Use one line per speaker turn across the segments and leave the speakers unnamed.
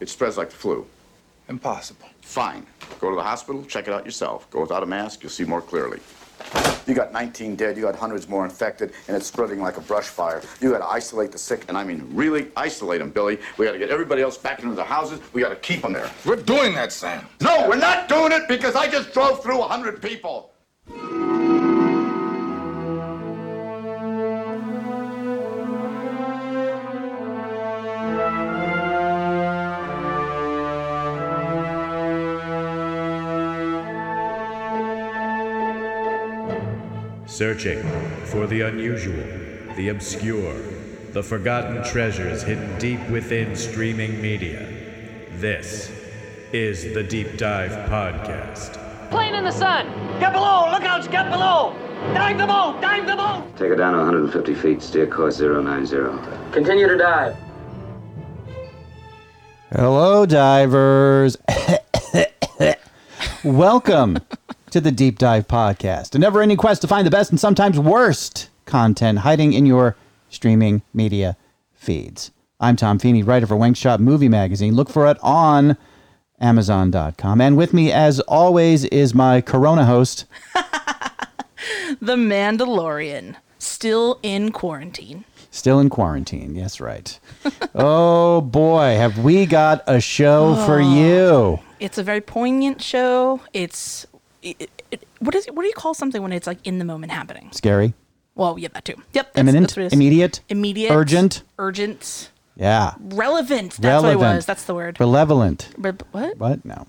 It spreads like the flu.
Impossible.
Fine. Go to the hospital, check it out yourself. Go without a mask, you'll see more clearly. You got 19 dead, you got hundreds more infected, and it's spreading like a brush fire. You got to isolate the sick, and I mean really isolate them, Billy. We got to get everybody else back into their houses. We got to keep them there.
We're doing that, Sam.
No, we're not doing it because I just drove through 100 people.
Searching for the unusual, the obscure, the forgotten treasures hidden deep within streaming media. This is the Deep Dive Podcast.
Plane in the sun. Get below. Look out. Get below. Dive the boat. Dive the boat.
Take her down to 150 feet, steer course 090.
Continue to dive.
Hello, divers. Welcome to the Deep Dive Podcast, a never ending quest to find the best and sometimes worst content hiding in your streaming media feeds. I'm Tom Feeney, writer for Wank Shop Movie Magazine. Look for it on Amazon.com. And with me, as always, is my Corona host.
The Mandalorian, still in quarantine.
Still in quarantine. Yes, right. oh boy, have we got a show for you.
It's a very poignant show. It's it, it, what is it, what do you call something when it's like in the moment happening?
Scary,
Well, yeah, that too. Yep. That's,
imminent,
that's what it is.
immediate,
Immediate.
urgent.
Urgent.
Yeah.
Relevant. That's what it
Relevant.
was. That's the word.
Relevant.
Re- what?
What? No.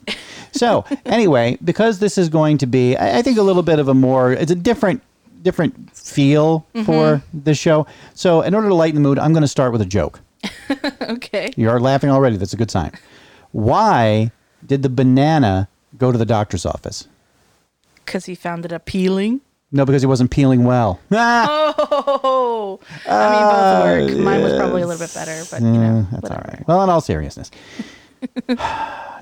So anyway, because this is going to be, I, I think, a little bit of a more, it's a different, different feel
Mm-hmm.
for the show. So in order to lighten the mood, I'm going to start with a joke.
Okay.
You are laughing already. That's a good sign. Why did the banana go to the doctor's office?
Because he found it appealing.
No, because he wasn't peeling well. Ah,
Oh. I mean, both work. Mine was probably a little bit better, but you know,
Mm, that's all
whatever.
right. Well, in all seriousness,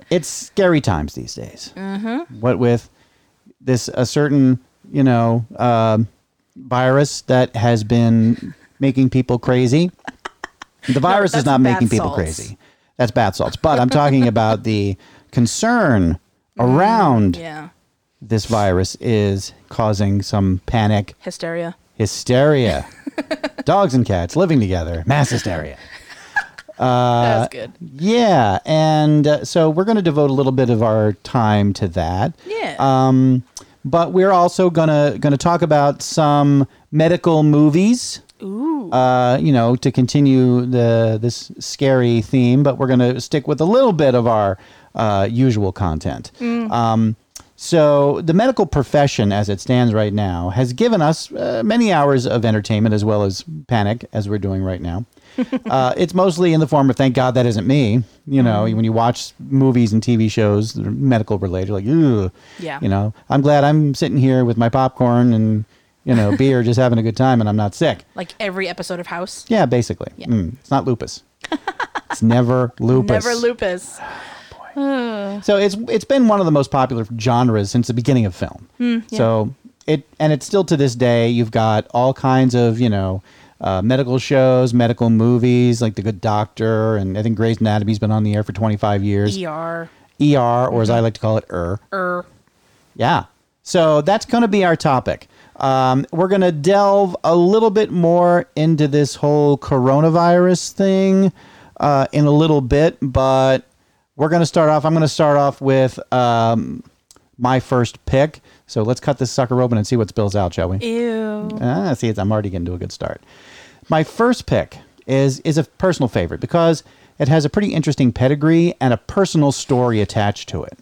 it's scary times these days.
Mm-hmm.
What with this a certain you know um virus that has been making people crazy. The virus is
that's
not
bath
making people
salts.
crazy. That's bath salts. But I'm talking about the concern around
Mm, Yeah.
this virus is causing some panic,
Hysteria.
hysteria. Dogs and cats living together, mass hysteria. Uh,
that was good.
Yeah, and uh, so we're going to devote a little bit of our time to that.
Yeah.
Um, but we're also gonna gonna talk about some medical movies. Ooh. Uh, you know, to continue the this scary theme, but we're gonna stick with a little bit of our uh, usual content. Um, so the medical profession, as it stands right now, has given us uh, many hours of entertainment as well as panic, as we're doing right now. uh, it's mostly in the form of "Thank God that isn't me." You know, when you watch movies and TV shows that are medical related, like, "Ugh,"
Yeah.
you know, I'm glad I'm sitting here with my popcorn and you know beer, just having a good time, and I'm not sick.
like every episode of House.
Yeah, basically, Mm, it's not lupus. it's never lupus.
Never lupus.
So it's it's been one of the most popular genres since the beginning of film. So it and it's still to this day. You've got all kinds of you know uh, medical shows, medical movies like The Good Doctor, and I think Grey's Anatomy's been on the air for 25 years.
ER.
ER, or as I like to call it, ER.
Er.
Yeah. So that's going to be our topic. Um, we're going to delve a little bit more into this whole coronavirus thing uh, in a little bit, but we're going to start off. I'm going to start off with um, my first pick. So let's cut this sucker open and see what spills out, shall we?
Ew.
Ah, see, it's- I'm already getting to a good start. My first pick is is a personal favorite because it has a pretty interesting pedigree and a personal story attached to it.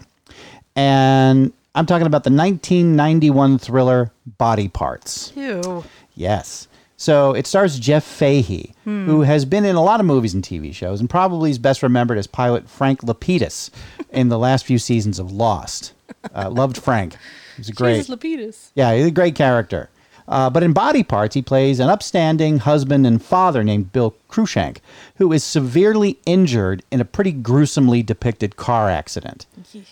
And I'm talking about the 1991 thriller Body Parts.
Ew.
Yes. So it stars Jeff Fahey, who has been in a lot of movies and TV shows, and probably is best remembered as pilot Frank Lapidus in the last few seasons of Lost. Uh, loved Frank. He's a great.
Jesus Lapidus.
Yeah, he's a great character. Uh, but in Body Parts, he plays an upstanding husband and father named Bill Cruikshank, who is severely injured in a pretty gruesomely depicted car accident.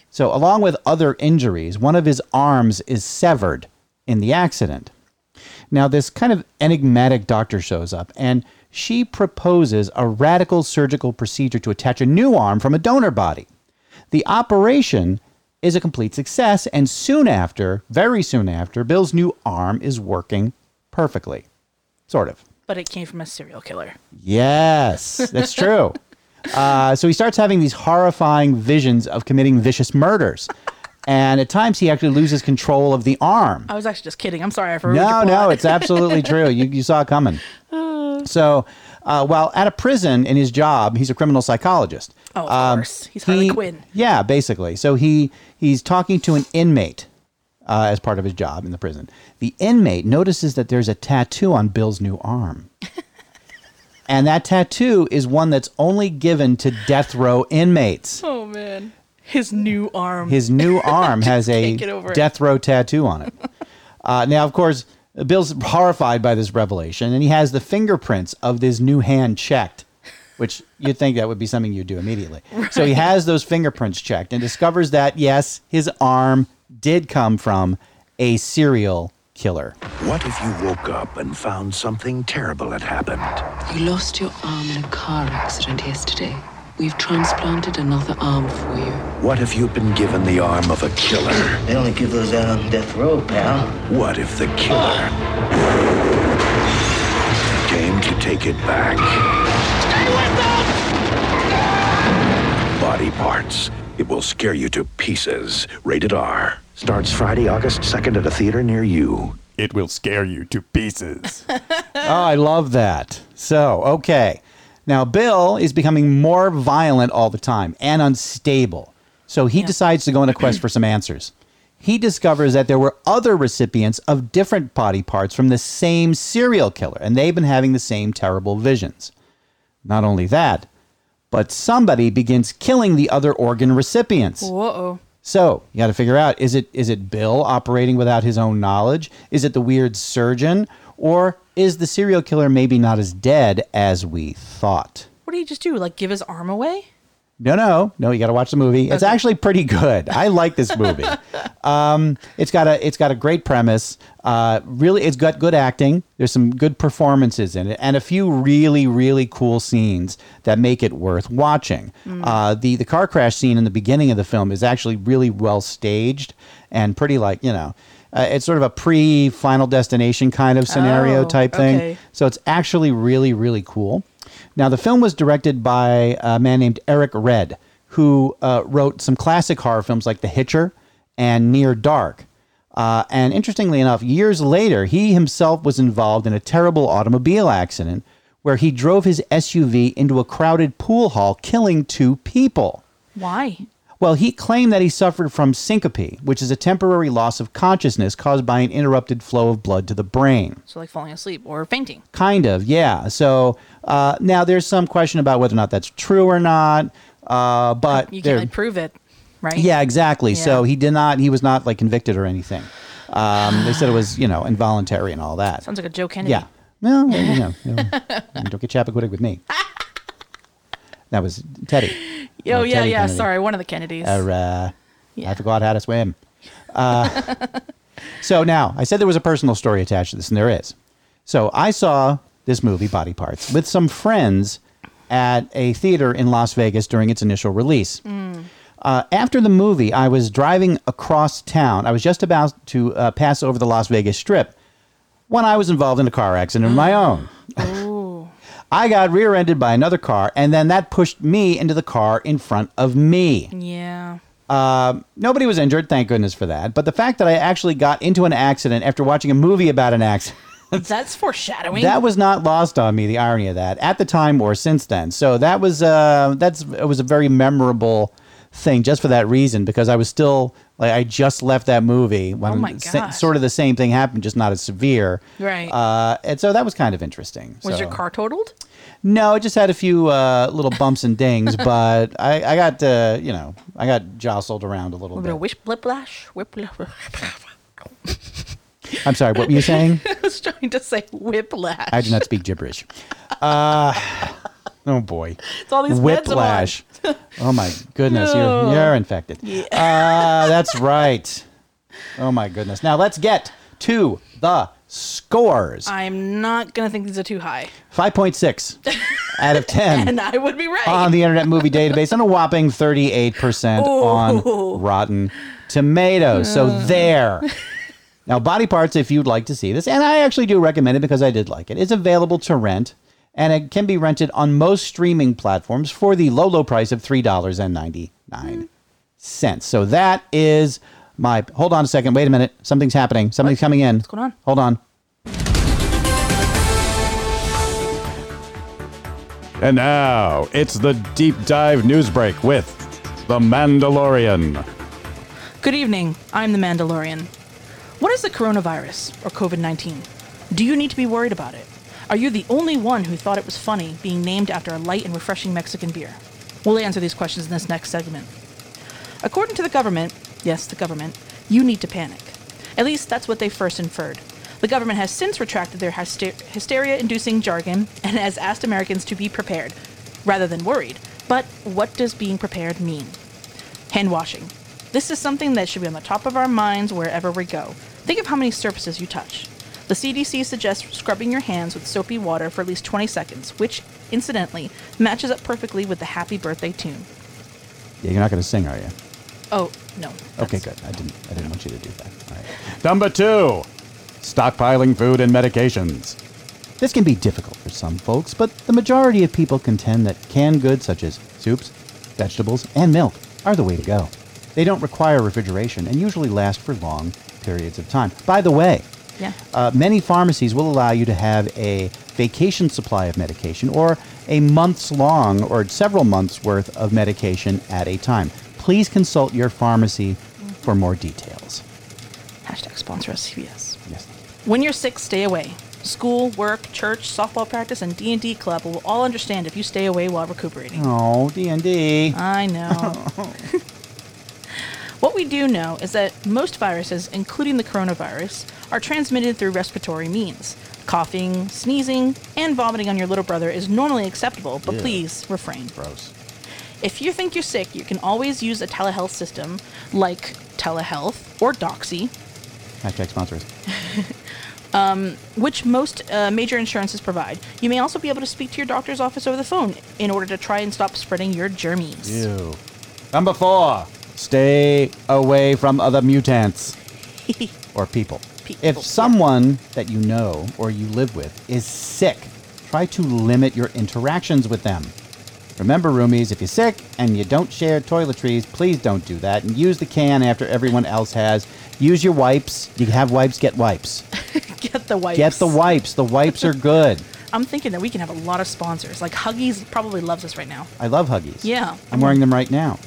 So, along with other injuries, one of his arms is severed in the accident. Now, this kind of enigmatic doctor shows up and she proposes a radical surgical procedure to attach a new arm from a donor body. The operation is a complete success, and soon after, very soon after, Bill's new arm is working perfectly. Sort of.
But it came from a serial killer.
Yes, that's true. uh, so he starts having these horrifying visions of committing vicious murders. And at times he actually loses control of the arm.
I was actually just kidding. I'm sorry. I forgot.
No, no, it's absolutely true. You, you saw it coming. So, uh, while at a prison in his job, he's a criminal psychologist.
Oh, of
um,
course. He's Harley Quinn.
Yeah, basically. So he he's talking to an inmate uh, as part of his job in the prison. The inmate notices that there's a tattoo on Bill's new arm. And that tattoo is one that's only given to death row inmates.
Oh man, his new arm.
His new arm has a
Can't get over it.
death row tattoo on it. Uh, now, of course, Bill's horrified by this revelation, and he has the fingerprints of this new hand checked, which you'd think that would be something you'd do immediately. So he has those fingerprints checked and discovers that, yes, his arm did come from a serial killer.
What if you woke up and found something terrible had happened?
You lost your arm in a car accident yesterday. We've transplanted another arm for you.
What if you've been given the arm of a killer?
They only give those out on death row, pal.
What if the killer came to take it back? Body parts. It will scare you to pieces. Rated R. Starts Friday, August 2nd at a theater near you.
It will scare you to pieces.
Oh, I love that. So, okay. Now, Bill is becoming more violent all the time and unstable. So, he decides to go on a quest for some answers. He discovers that there were other recipients of different body parts from the same serial killer, and they've been having the same terrible visions. Not only that, but somebody begins killing the other organ recipients.
Whoa.
So you got to figure out is it is it Bill operating without his own knowledge? Is it the weird surgeon, or is the serial killer maybe not as dead as we thought?
What did he just do? Like give his arm away?
No, no, no. You got to watch the movie. It's actually pretty good. I like this movie. um, it's got a it's got a great premise. Uh, really, it's got good acting. There's some good performances in it, and a few really really cool scenes that make it worth watching.
Hmm.
Uh, the the car crash scene in the beginning of the film is actually really well staged and pretty like you know. Uh, it's sort of a pre Final Destination kind of scenario
Oh,
type thing.
okay.
So it's actually really, really cool. Now, the film was directed by a man named Eric Red, who uh, wrote some classic horror films like The Hitcher and Near Dark. Uh, and interestingly enough, years later, he himself was involved in a terrible automobile accident where he drove his SUV into a crowded pool hall, killing two people.
Why?
Well, he claimed that he suffered from syncope, which is a temporary loss of consciousness caused by an interrupted flow of blood to the brain.
So like falling asleep or fainting.
Kind of, yeah. So uh, now there's some question about whether or not that's true or not. Uh, but
You
there-
can't like prove it, right?
yeah, exactly. So
Yeah.
he did not. He was not like convicted or anything. Um, they said it was you know involuntary and all that.
Sounds like a Joe Kennedy.
yeah. No, well, you know, you know, don't get Chappaquiddick with me. That was Teddy.
Oh,
Oh,
yeah,
Teddy
yeah.
Kennedy.
Sorry, one of the Kennedys.
Or, uh, I
Yeah.
forgot how to swim. Uh, so now I said there was a personal story attached to this, and there is. So I saw this movie, Body Parts, with some friends at a theater in Las Vegas during its initial release. Uh, after the movie, I was driving across town. I was just about to uh, pass over the Las Vegas Strip when I was involved in a car accident of my own. I got rear ended by another car, and then that pushed me into the car in front of me.
Yeah.
Nobody was injured, thank goodness for that. But the fact that I actually got into an accident after watching a movie about an accident,
That's foreshadowing.
that was not lost on me, the irony of that, at the time or since then. So that was uh that's it was a very memorable thing just for that reason because I was still like I just left that movie when
Oh my
sa-
gosh.
sort of the same thing happened, just not as severe.
Right.
Uh, and so that was kind of interesting.
was your
So-
car totaled?
No, it just had a few uh, little bumps and dings, but I, I got uh, you know I got jostled around a little,
A little bit of whip, whiplash, whiplash.
I'm sorry, what were you saying?
I was trying to say whiplash.
I do not speak gibberish. Uh, oh boy.
It's all these meds I'm on.
Whiplash. oh my goodness,
No.
you're, you're infected. Uh, that's right. Oh my goodness. Now let's get to the scores
Uh. I'm not gonna think these are too high.
5.6 out of 10.
and I would be right.
on the Internet Movie Database and a whopping 38%
Ooh.
on Rotten Tomatoes. So
Uh.
there. Now, Body Parts, if you'd like to see this, and I actually do recommend it because I did like it, it's available to rent and it can be rented on most streaming platforms for the low, low price of $3.99. So that is my. Hold on a second. Wait a minute. Something's happening. Something's coming in. What's
going on?
Hold on.
And now it's the deep dive news break with The Mandalorian.
Good evening. I'm the Mandalorian. What is the coronavirus or COVID 19? Do you need to be worried about it? Are you the only one who thought it was funny being named after a light and refreshing Mexican beer? We'll answer these questions in this next segment. According to the government, yes, the government, you need to panic. At least that's what they first inferred. The government has since retracted their hysteria inducing jargon and has asked Americans to be prepared rather than worried. But what does being prepared mean? Hand washing. This is something that should be on the top of our minds wherever we go. Think of how many surfaces you touch. The CDC suggests scrubbing your hands with soapy water for at least 20 seconds, which, incidentally, matches up perfectly with the Happy Birthday tune.
Yeah, you're not going to sing, are you?
Oh, no.
Okay, good. I didn't. I didn't want you to do that. All right.
Number two, stockpiling food and medications.
This can be difficult for some folks, but the majority of people contend that canned goods such as soups, vegetables, and milk are the way to go. They don't require refrigeration and usually last for long periods of time. By the way,
Yeah.
uh, many pharmacies will allow you to have a vacation supply of medication or a month's long or several months worth of medication at a time. Please consult your pharmacy for more details.
Hashtag sponsor us, CBS.
Yes.
When you're sick, stay away. School, work, church, softball practice, and D&D club will all understand if you stay away while recuperating.
Oh, D&D.
I know. what we do know is that most viruses, including the coronavirus, are transmitted through respiratory means. Coughing, sneezing, and vomiting on your little brother is normally acceptable, but
Ew.
please refrain.
Gross.
If you think you're sick, you can always use a telehealth system like telehealth or Doxy,
Hashtag sponsors.
um, which most uh, major insurances provide. You may also be able to speak to your doctor's office over the phone in order to try and stop spreading your germies.
Ew. Number four, stay away from other mutants or people. If someone that you know or you live with is sick, try to limit your interactions with them. Remember, roomies, if you're sick and you don't share toiletries, please don't do that and use the can after everyone else has. Use your wipes. You have wipes, get wipes.
Get the wipes.
Get the wipes. The wipes are good.
I'm thinking that we can have a lot of sponsors. Like Huggies probably loves us right now.
I love Huggies.
Yeah.
I'm wearing them right now.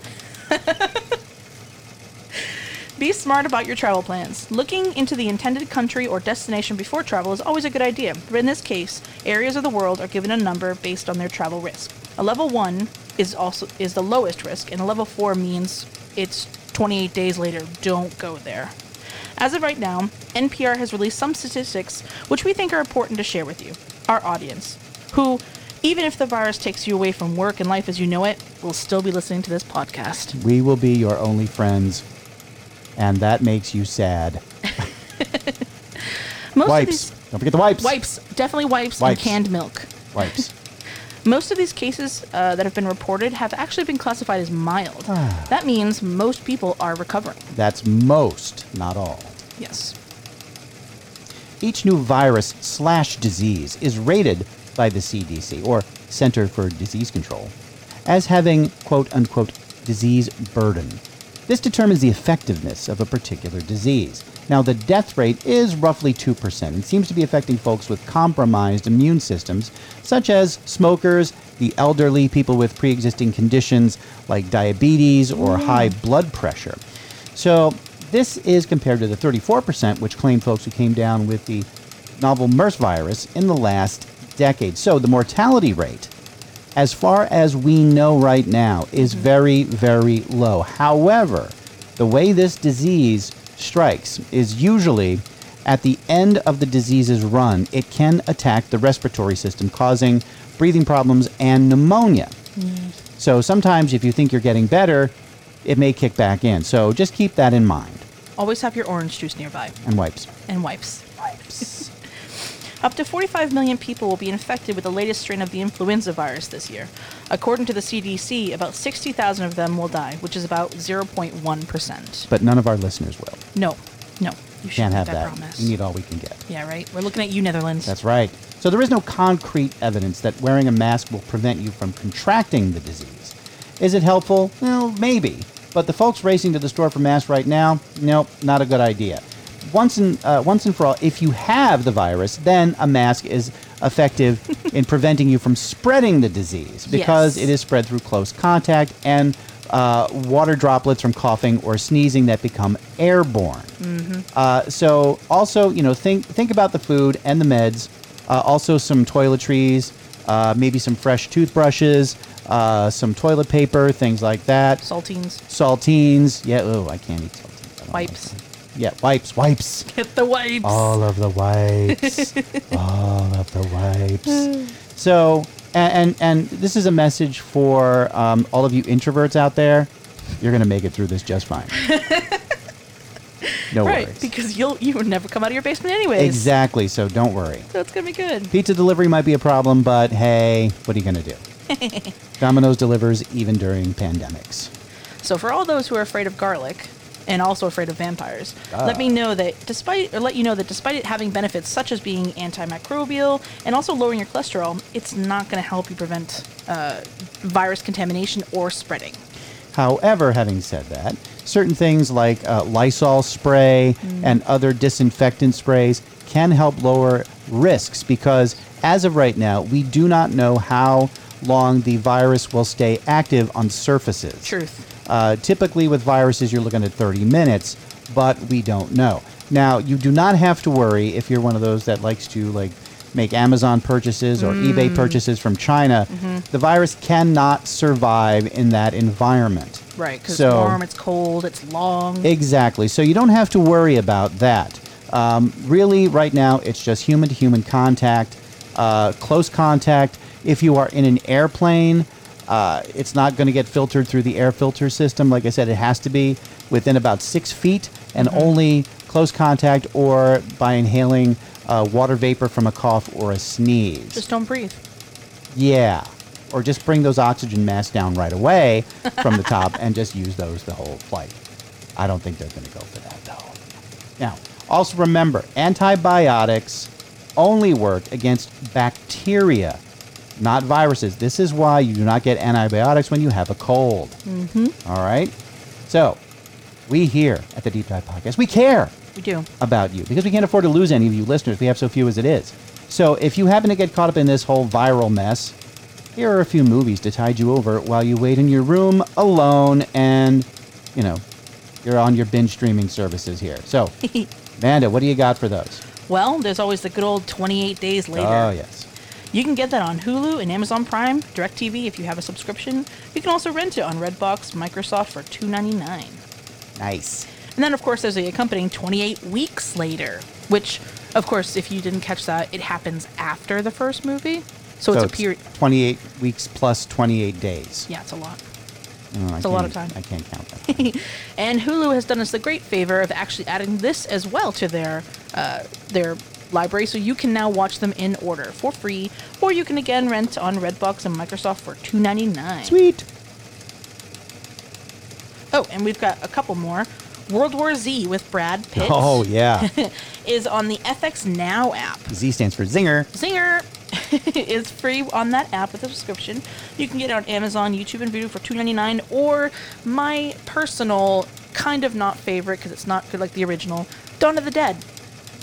Be smart about your travel plans. Looking into the intended country or destination before travel is always a good idea, but in this case, areas of the world are given a number based on their travel risk. A level 1 is also is the lowest risk, and a level 4 means it's 28 days later. Don't go there. As of right now, NPR has released some statistics which we think are important to share with you, our audience, who, even if the virus takes you away from work and life as you know it, will still be listening to this podcast.
We will be your only friends, and that makes you sad.
Most
wipes.
Of these
Don't forget the wipes.
Wipes. Definitely wipes,
Wipes.
and canned milk.
Wipes.
Most of these cases uh, that have been reported have actually been classified as mild.
Ah.
that means most people are recovering.
That's most, not all.
Yes.
Each new virus slash disease is rated by the CDC, or Center for Disease Control, as having quote unquote disease burden. This determines the effectiveness of a particular disease. Now, the death rate is roughly 2% and seems to be affecting folks with compromised immune systems, such as smokers, the elderly, people with pre existing conditions like diabetes or high blood pressure. So this is compared to the 34%, which claimed folks who came down with the novel MERS virus in the last decade. So the mortality rate, as far as we know right now, is very, very low. However, the way this disease strikes is usually at the end of the disease's run, it can attack the respiratory system, causing breathing problems and pneumonia. So sometimes if you think you're getting better, it may kick back in. So just keep that in mind.
Always have your orange juice nearby
And wipes.
and wipes. Wipes. Up to 45 million people will be infected with the latest strain of the influenza virus this year. According to the CDC, about 60,000 of them will die, which is about 0.1%.
But none of our listeners will.
No, no, you
Can't
shouldn't.
have
I
that.
promise.
We need all we can get.
Yeah, right. We're looking at you, Netherlands.
That's right. So there is no concrete evidence that wearing a mask will prevent you from contracting the disease. Is it helpful? Well, maybe. But the folks racing to the store for masks right now, nope, not a good idea. Once and uh, once and for all, if you have the virus, then a mask is effective in preventing you from spreading the disease because
Yes.
it is spread through close contact and uh, water droplets from coughing or sneezing that become airborne.
Mm-hmm.
Uh, so also, you know, think think about the food and the meds. Uh, also, some toiletries, uh, maybe some fresh toothbrushes, uh, some toilet paper, things like that.
Saltines.
Saltines. Yeah. Oh, I can't eat saltines. I don't like
Wipes.
them. Yeah, wipes, wipes.
Get the wipes.
All of the wipes. All of the wipes. So, a- and and this is a message for um, all of you introverts out there. You're gonna make it through this just fine. No
right,
worries.
because you'll you would never come out of your basement anyways.
Exactly. So don't worry.
So it's gonna be good.
Pizza delivery might be a problem, but hey, what are you going to do? Domino's delivers even during pandemics.
So for all those who are afraid of garlic and also afraid of vampires,
Ah.
let me know that despite or let you know that despite it having benefits such as being antimicrobial and also lowering your cholesterol, it's not going to help you prevent uh, virus contamination or spreading.
However, having said that, certain things like uh, Lysol spray and other disinfectant sprays can help lower risks because as of right now, we do not know how long the virus will stay active on surfaces.
Truth.
Uh, typically, with viruses, you're looking at 30 minutes, but we don't know. Now, you do not have to worry if you're one of those that likes to like make Amazon purchases or eBay
Mm.
purchases from China.
Mhm.
The virus cannot survive in that environment.
Right, because
So-
it's warm, it's cold, it's long.
Exactly. So you don't have to worry about that. Um, really, right now, it's just human to human contact, uh, close contact. If you are in an airplane, uh, it's not going to get filtered through the air filter system. Like I said, it has to be within about six feet and
Mhm.
only close contact or by inhaling uh, water vapor from a cough or a sneeze.
Just don't breathe.
Yeah. Or just bring those oxygen masks down right away from the top and just use those the whole flight. I don't think they're going to go for that, though. Now, also remember antibiotics only work against bacteria, not viruses. This is why you do not get antibiotics when you have a cold.
Mm-hmm.
All right? So, we here at the Deep Dive Podcast, we care
We do.
about you because we can't afford to lose any of you listeners. We have so few as it is. So if you happen to get caught up in this whole viral mess, here are a few movies to tide you over while you wait in your room alone and, you know, you're on your binge streaming services here. So, Amanda, what do you got for those?
Well, there's always the good old 28 days later.
Oh, yes.
You can get that on Hulu and Amazon Prime, DirecTV if you have a subscription. You can also rent it on Redbox, Microsoft for $2.99.
Nice.
And then, of course, there's the accompanying 28 weeks later, which, of course, if you didn't catch that, it happens after the first movie. So, it's, a period.
28 weeks plus 28 days.
Yeah, it's a lot.
Oh, I
it's a lot of
can't- I
time.
can't count that.
and Hulu has done us the great favor of actually adding this as well to their uh, their library, so you can now watch them in order for free, or you can again rent on Redbox and Microsoft for two ninety nine.
Sweet.
Oh, and we've got a couple more. World War Z with Brad Pitt.
Oh, yeah.
is on the FX Now app.
Z stands for Zinger.
Zinger is free on that app with a subscription. You can get it on Amazon, YouTube, and Vudu for $2.99, or my personal kind of not favorite because it's not good like the original, Dawn of the Dead.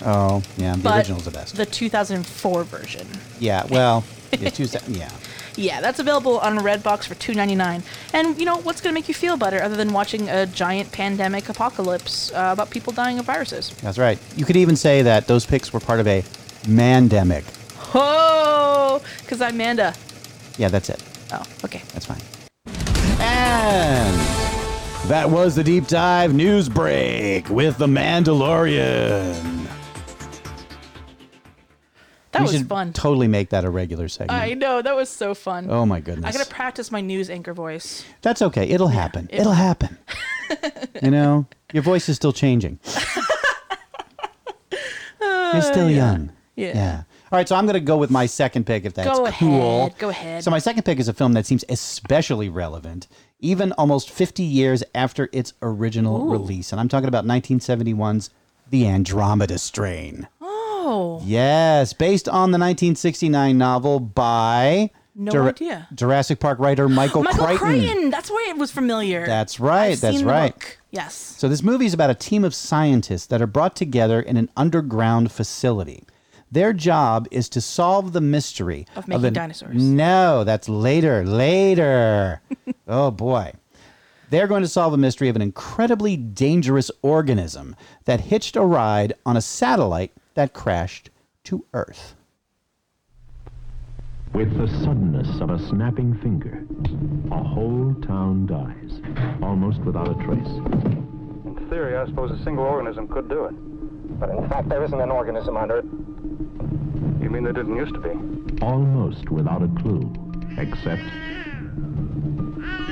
Oh, yeah. The
but
original's the best.
The 2004 version.
Yeah, well, it's two, se- yeah.
Yeah, that's available on Redbox for $2.99. And you know what's going to make you feel better other than watching a giant pandemic apocalypse uh, about people dying of viruses?
That's right. You could even say that those picks were part of a mandemic.
Oh, because I'm Amanda.
Yeah, that's it.
Oh, okay.
That's fine. And
that was the deep dive news break with the Mandalorian.
we
That was
should
fun.
Totally make that a regular segment.
I know that was so fun.
Oh, my goodness.
I gotta practice my news anchor voice.
That's okay. It'll happen.
it-
It'll happen. you know, your voice is still changing. You're
Uh,
still
yeah.
young.
Yeah.
All right, so I'm going to go with my second pick if that's
Go ahead,
cool.
go ahead.
So my second pick is a film that seems especially relevant, even almost 50 years after its original
Ooh.
release, and I'm talking about 1971's The Andromeda Strain.
Oh.
Yes, based on the 1969 novel by
No
Jura-
idea.
Jurassic Park writer Michael,
Michael Crichton.
Crichton.
That's why it was familiar.
That's right.
I've
that's
seen the
right.
look. Yes.
So this movie is about a team of scientists that are brought together in an underground facility. Their job is to solve the mystery
Of making
an-
dinosaurs.
No, that's later. Later. oh boy. They're going to solve a mystery of an incredibly dangerous organism that hitched a ride on a satellite that crashed to Earth.
With the suddenness of a snapping finger, a whole town dies, almost without a trace.
In theory, I suppose a single organism could do it. But in fact, there isn't an organism on Earth. You mean there didn't used to be?
Almost without a clue, except.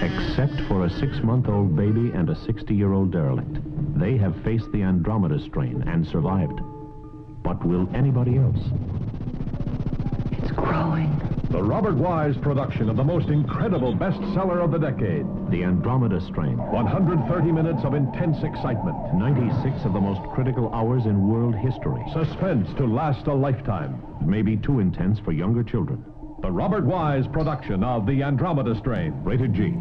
Except for a six month old baby and a 60 year old derelict. They have faced the Andromeda strain and survived. But will anybody else? It's growing.
The Robert Wise production of the most incredible bestseller of the decade.
The Andromeda strain.
130 minutes of intense excitement.
96 of the most critical hours in world history.
Suspense to last a lifetime.
Maybe too intense for younger children.
The Robert Wise production of The Andromeda Strain. Rated G.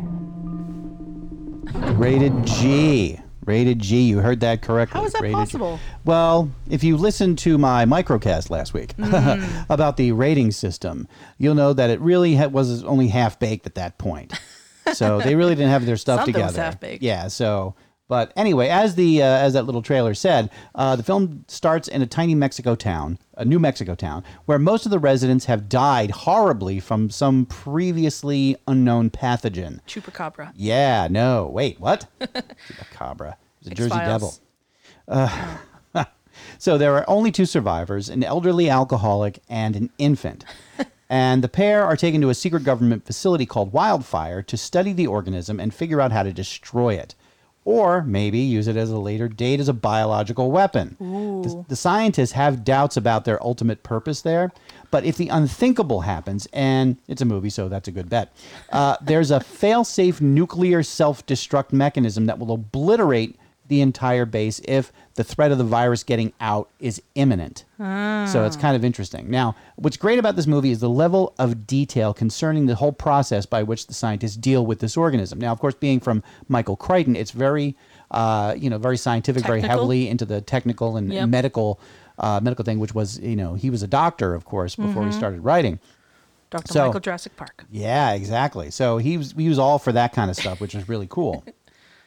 Rated G. Rated G. You heard that correctly.
How is that
Rated G.
possible?
Well, if you listened to my microcast last week
Mm.
about the rating system, you'll know that it really ha- was only half baked at that point. So they really didn't have their stuff
Something was
together.
half-baked.
Yeah. So, but anyway, as the uh, as that little trailer said, uh, the film starts in a tiny Mexico town, a New Mexico town, where most of the residents have died horribly from some previously unknown pathogen.
Chupacabra.
Yeah, no, wait, what? Chupacabra. It's a Jersey
X-Files.
Devil. Uh, so there are only two survivors an elderly alcoholic and an infant. and the pair are taken to a secret government facility called Wildfire to study the organism and figure out how to destroy it. Or maybe use it as a later date as a biological weapon. The, the scientists have doubts about their ultimate purpose there, but if the unthinkable happens, and it's a movie, so that's a good bet, uh, there's a fail safe nuclear self destruct mechanism that will obliterate the entire base if the threat of the virus getting out is imminent. So
Ah.
it's kind of interesting. Now, what's great about this movie is the level of detail concerning the whole process by which the scientists deal with this organism. Now, of course, being from Michael Crichton, it's very, uh, you know, very scientific, very
Technical.
heavily into the technical and
Yep.
medical, uh, medical thing, which was, you know, he was a doctor, of course, before
Mm-hmm.
he
Mhm.
started writing.
Dr.
So-
Michael Jurassic Park.
Yeah, exactly. So he was, he was all for that kind of stuff, which was really cool.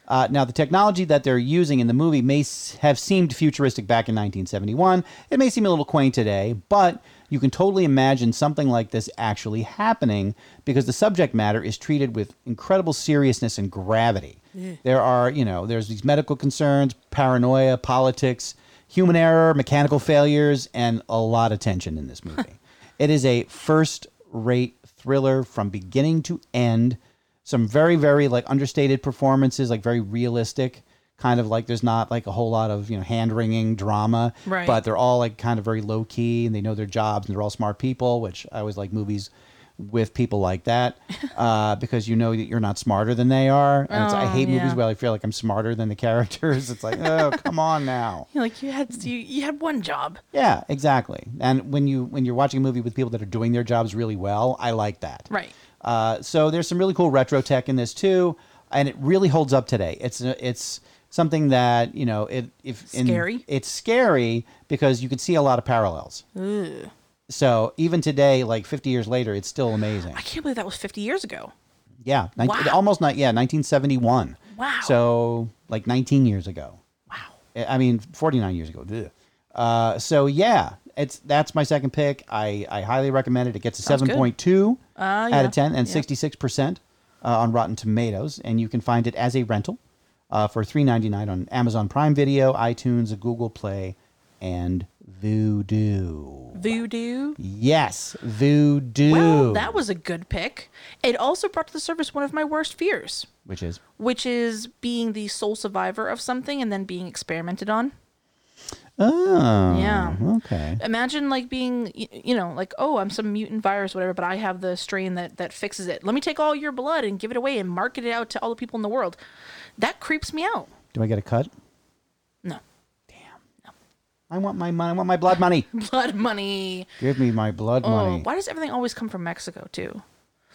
Uh, now, the technology that they're using in the movie may s- have seemed futuristic back in 1971. It may seem a little quaint today, but you can totally imagine something like this actually happening because the subject matter is treated with incredible seriousness and gravity.
Yeah.
There are, you know, there's these medical concerns, paranoia, politics, human error, mechanical failures, and a lot of tension in this movie. it is a first rate thriller from beginning to end. Some very, very like understated performances, like very realistic, kind of like there's not like a whole lot of, you know, hand wringing drama.
Right.
But they're all like kind of very low key and they know their jobs and they're all smart people, which I always like movies with people like that uh, because you know that you're not smarter than they are. And it's, I
Oh,
hate movies
yeah.
where I feel like I'm smarter than the characters. It's like, oh, come on now.
You're like you had you, you had one job.
Yeah, exactly. And when you when you're watching a movie with people that are doing their jobs really well, I like that.
Right.
Uh, so there's some really cool retro tech in this too, and it really holds up today. It's it's something that you know it if in-
Scary?
it's scary because you can see a lot of parallels.
Ugh.
So even today, like 50 years later, it's still amazing.
I can't believe that was 50 years ago.
Yeah, 19,
Wow.
almost not. Yeah, 1971.
Wow.
So like 19 years ago. Wow. I mean, 49 years ago. Ugh. Uh, so yeah, it's that's my second pick. I I highly recommend it. It gets a
Sounds good.
7.2
Uh,
out
yeah.
of 10 and
Yeah.
66 percent uh, on Rotten Tomatoes, and you can find it as a rental uh, for 3.99 on Amazon Prime Video, iTunes, Google Play, and Voodoo.
Voodoo.
Yes, Voodoo.
Well, that was a good pick. It also brought to the surface one of my worst fears,
which is
which is being the sole survivor of something and then being experimented on.
Oh.
Yeah.
Okay.
Imagine like being, y- you know, like oh, I'm some mutant virus, whatever, but I have the strain that that fixes it. Let me take all your blood and give it away and market it out to all the people in the world. That creeps me out.
Do I get a cut?
No.
I want my money. I want my blood money.
Blood money.
Give me my blood
Oh,
money.
why does everything always come from Mexico too?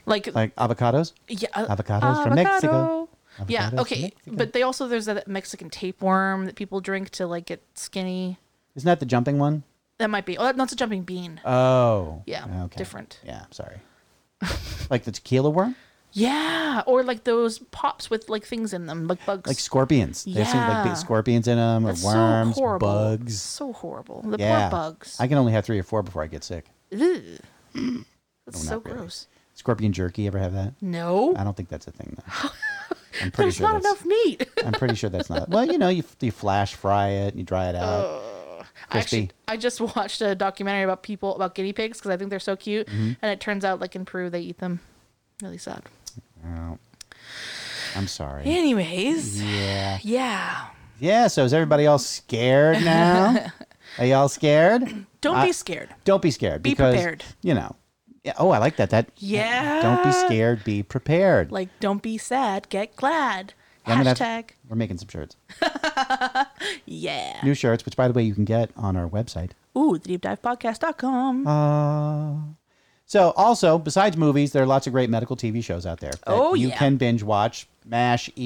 Like,
Like avocados?
yeah,
Avocados from Mexico.
Avocado. Yeah,
Avocados from
okay, but they also there's that Mexican tapeworm that people drink to like get skinny.
Isn't that the jumping one?
That might be. Oh, that's a jumping bean.
Oh.
Yeah,
Okay.
different.
Yeah, sorry. like the tequila worm?
Yeah, or like those pops with like things in them, like bugs.
Like scorpions. They seem like
Yeah.
big scorpions in them or
That's
worms,
so horrible.
bugs.
So horrible. The
yeah.
poor bugs.
I can only have three or four before I get sick.
Ugh. That's
Oh, not
so
really.
gross.
Scorpion jerky, ever have that?
No.
I don't think that's a thing though. I'm pretty
There's
sure
not
that's,
enough meat.
I'm pretty sure that's not. Well, you know, you, you flash fry it, you dry it
Oh.
out.
I actually,
Crispy.
I just watched a documentary about people about guinea pigs because I think they're so cute,
Mhm.
and it turns out like in Peru they eat them. Really sad.
Oh, I'm sorry.
Anyways.
Yeah.
Yeah.
Yeah, so is everybody else scared now? Are y'all scared?
Don't
I-
be scared.
Don't be scared.
Be
because,
prepared.
You know. Yeah, oh, I like that. That
Yeah.
Don't be scared. Be prepared.
Like don't be sad. Get glad.
I'm gonna have-
Hashtag.
we're making some shirts.
Yeah.
New shirts, which by the way you can get on our website.
Ooh, thedeepdivepodcast.com.
Uh, so also besides movies, there are lots of great medical TV shows out there. that
Oh,
you
yeah.
can binge watch Mash, ER.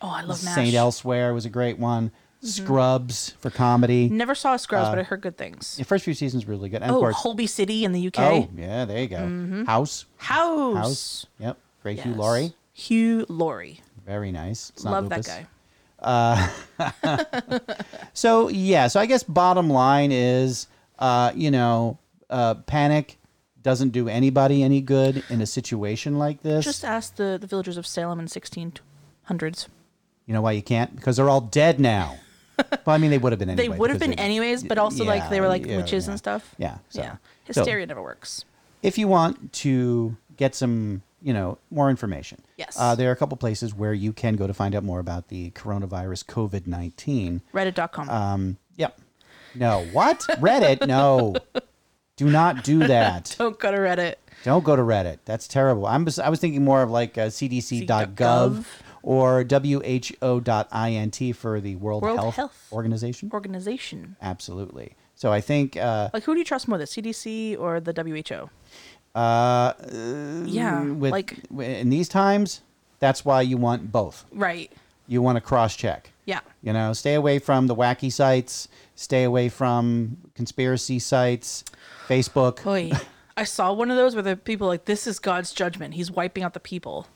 Oh,
I love MASH.
Saint Elsewhere was a great one.
Mhm.
Scrubs for comedy.
Never saw Scrubs,
Uh,
but I heard good things.
The first few seasons were really good. And
oh,
of course,
Holby City in the UK.
oh yeah, there you go.
Mhm.
House,
House.
House. Yep, great Hugh
Yes.
Laurie.
Hugh Laurie.
Very nice. It's not
Love that
lupus.
guy.
Uh, so yeah, so I guess bottom line is, uh, you know, uh, panic doesn't do anybody any good in a situation like this.
Just ask the, the villagers of Salem in 1600s.
you know why you can't? Because they're all dead now. well, I mean, they would have been anyway.
they would have
because
been anyways, but also like they
yeah,
were like
yeah,
witches
yeah.
and stuff.
Yeah, so-
yeah.
so-
Hysteria never works.
if you want to get some, you know, more information,
Yes.
uh, there are a couple places where you can go to find out more about the coronavirus COVID nineteen.
Reddit.com.
Um, yep. No, what Reddit? No, do not do that.
Don't Oh, go to Reddit.
Don't go to Reddit. That's terrible. I'm just, I was thinking more of like uh, cdc.gov or who.int for the World,
World
Health,
Health.
Organization.
Organization.
Absolutely. So I think uh,
Like who do you trust more, the CDC or the WHO?
uh,
Yeah,
with,
Uh, like-
in these times, that's why you want both.
Right.
You want to cross check.
Yeah.
You know, stay away from the wacky sites. Stay away from conspiracy sites, Facebook.
Boy, I saw one of those where the people like, this is God's judgment. He's wiping out the people.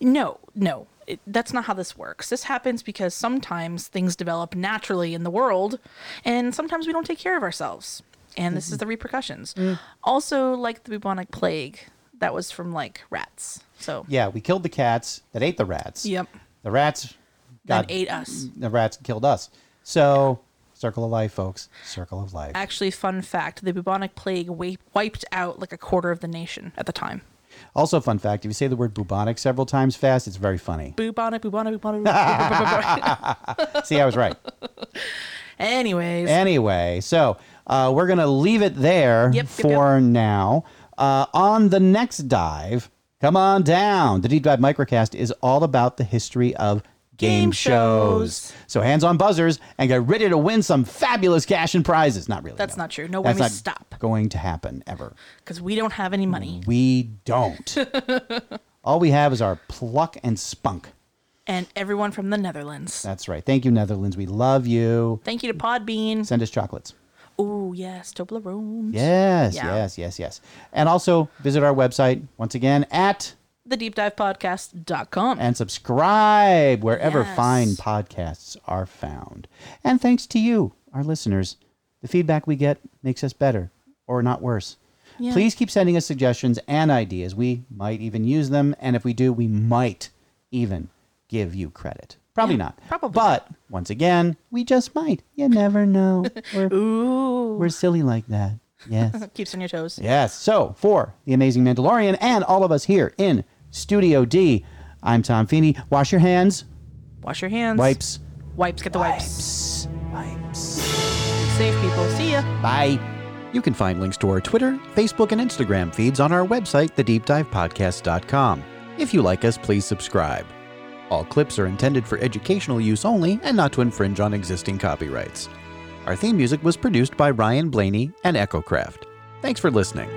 No, no, it, that's not how this works. This happens because sometimes things develop naturally in the world, and sometimes we don't take care of ourselves. And this is the repercussions. Also, like the bubonic plague, that was from like rats. So,
Yeah, we killed the cats that ate the rats.
yep,
The rats
Then
got-
ate us.
The rats killed us. So, circle of life, folks. Circle of life.
Actually, fun fact the bubonic plague wa- wiped out like a quarter of the nation at the time.
Also, fun fact if you say the word bubonic several times fast, it's very funny.
Bubonic, bubonic, bubonic. bubonic.
See, I was right.
Anyways,
Anyway, so uh, we're going to leave it there
Yep, yep,
for now. Uh, on the next dive, come on down. The Deep Dive Microcast is all about the history of game, shows. So, hands on buzzers and get ready to win some fabulous cash and prizes. Not really.
that's not true. No,
That's
whammies
not
stop.
going to happen ever.
because we don't have any money
We don't. All we have is our pluck and spunk.
and everyone from the netherlands
That's right. Thank you, Netherlands. We love you.
thank you to podbean
Send us chocolates.
oh yes toblerone
Yes,
Yeah.
yes, yes, yes. And also visit our website once again at
the deep dive podcast.com
and subscribe wherever
Yes.
fine podcasts are found. And thanks to you, our listeners, the feedback we get makes us better or not worse.
Yeah.
Please keep sending us suggestions and ideas. We might even use them. And if we do, we might even give you credit. Probably not. Probably. But once again, we just might. You never know. We're, we're silly like that. Yes.
keeps on your toes
Yes. So for the amazing Mandalorian and all of us here in Studio D, I'm Tom Feeney. Wash your hands.
wash your hands
Wipes.
wipes get the wipes
wipes.
safe, people. See ya.
Bye. You can find links to our Twitter, Facebook, and Instagram feeds on our website, thedeepdivepodcast.com. If you like us, please subscribe. All clips are intended for educational use only and not to infringe on existing copyrights. Our theme music was produced by Ryan Blaney and Echocraft. Thanks for listening.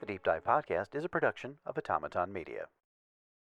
The Deep Dive Podcast is a production of Automaton Media.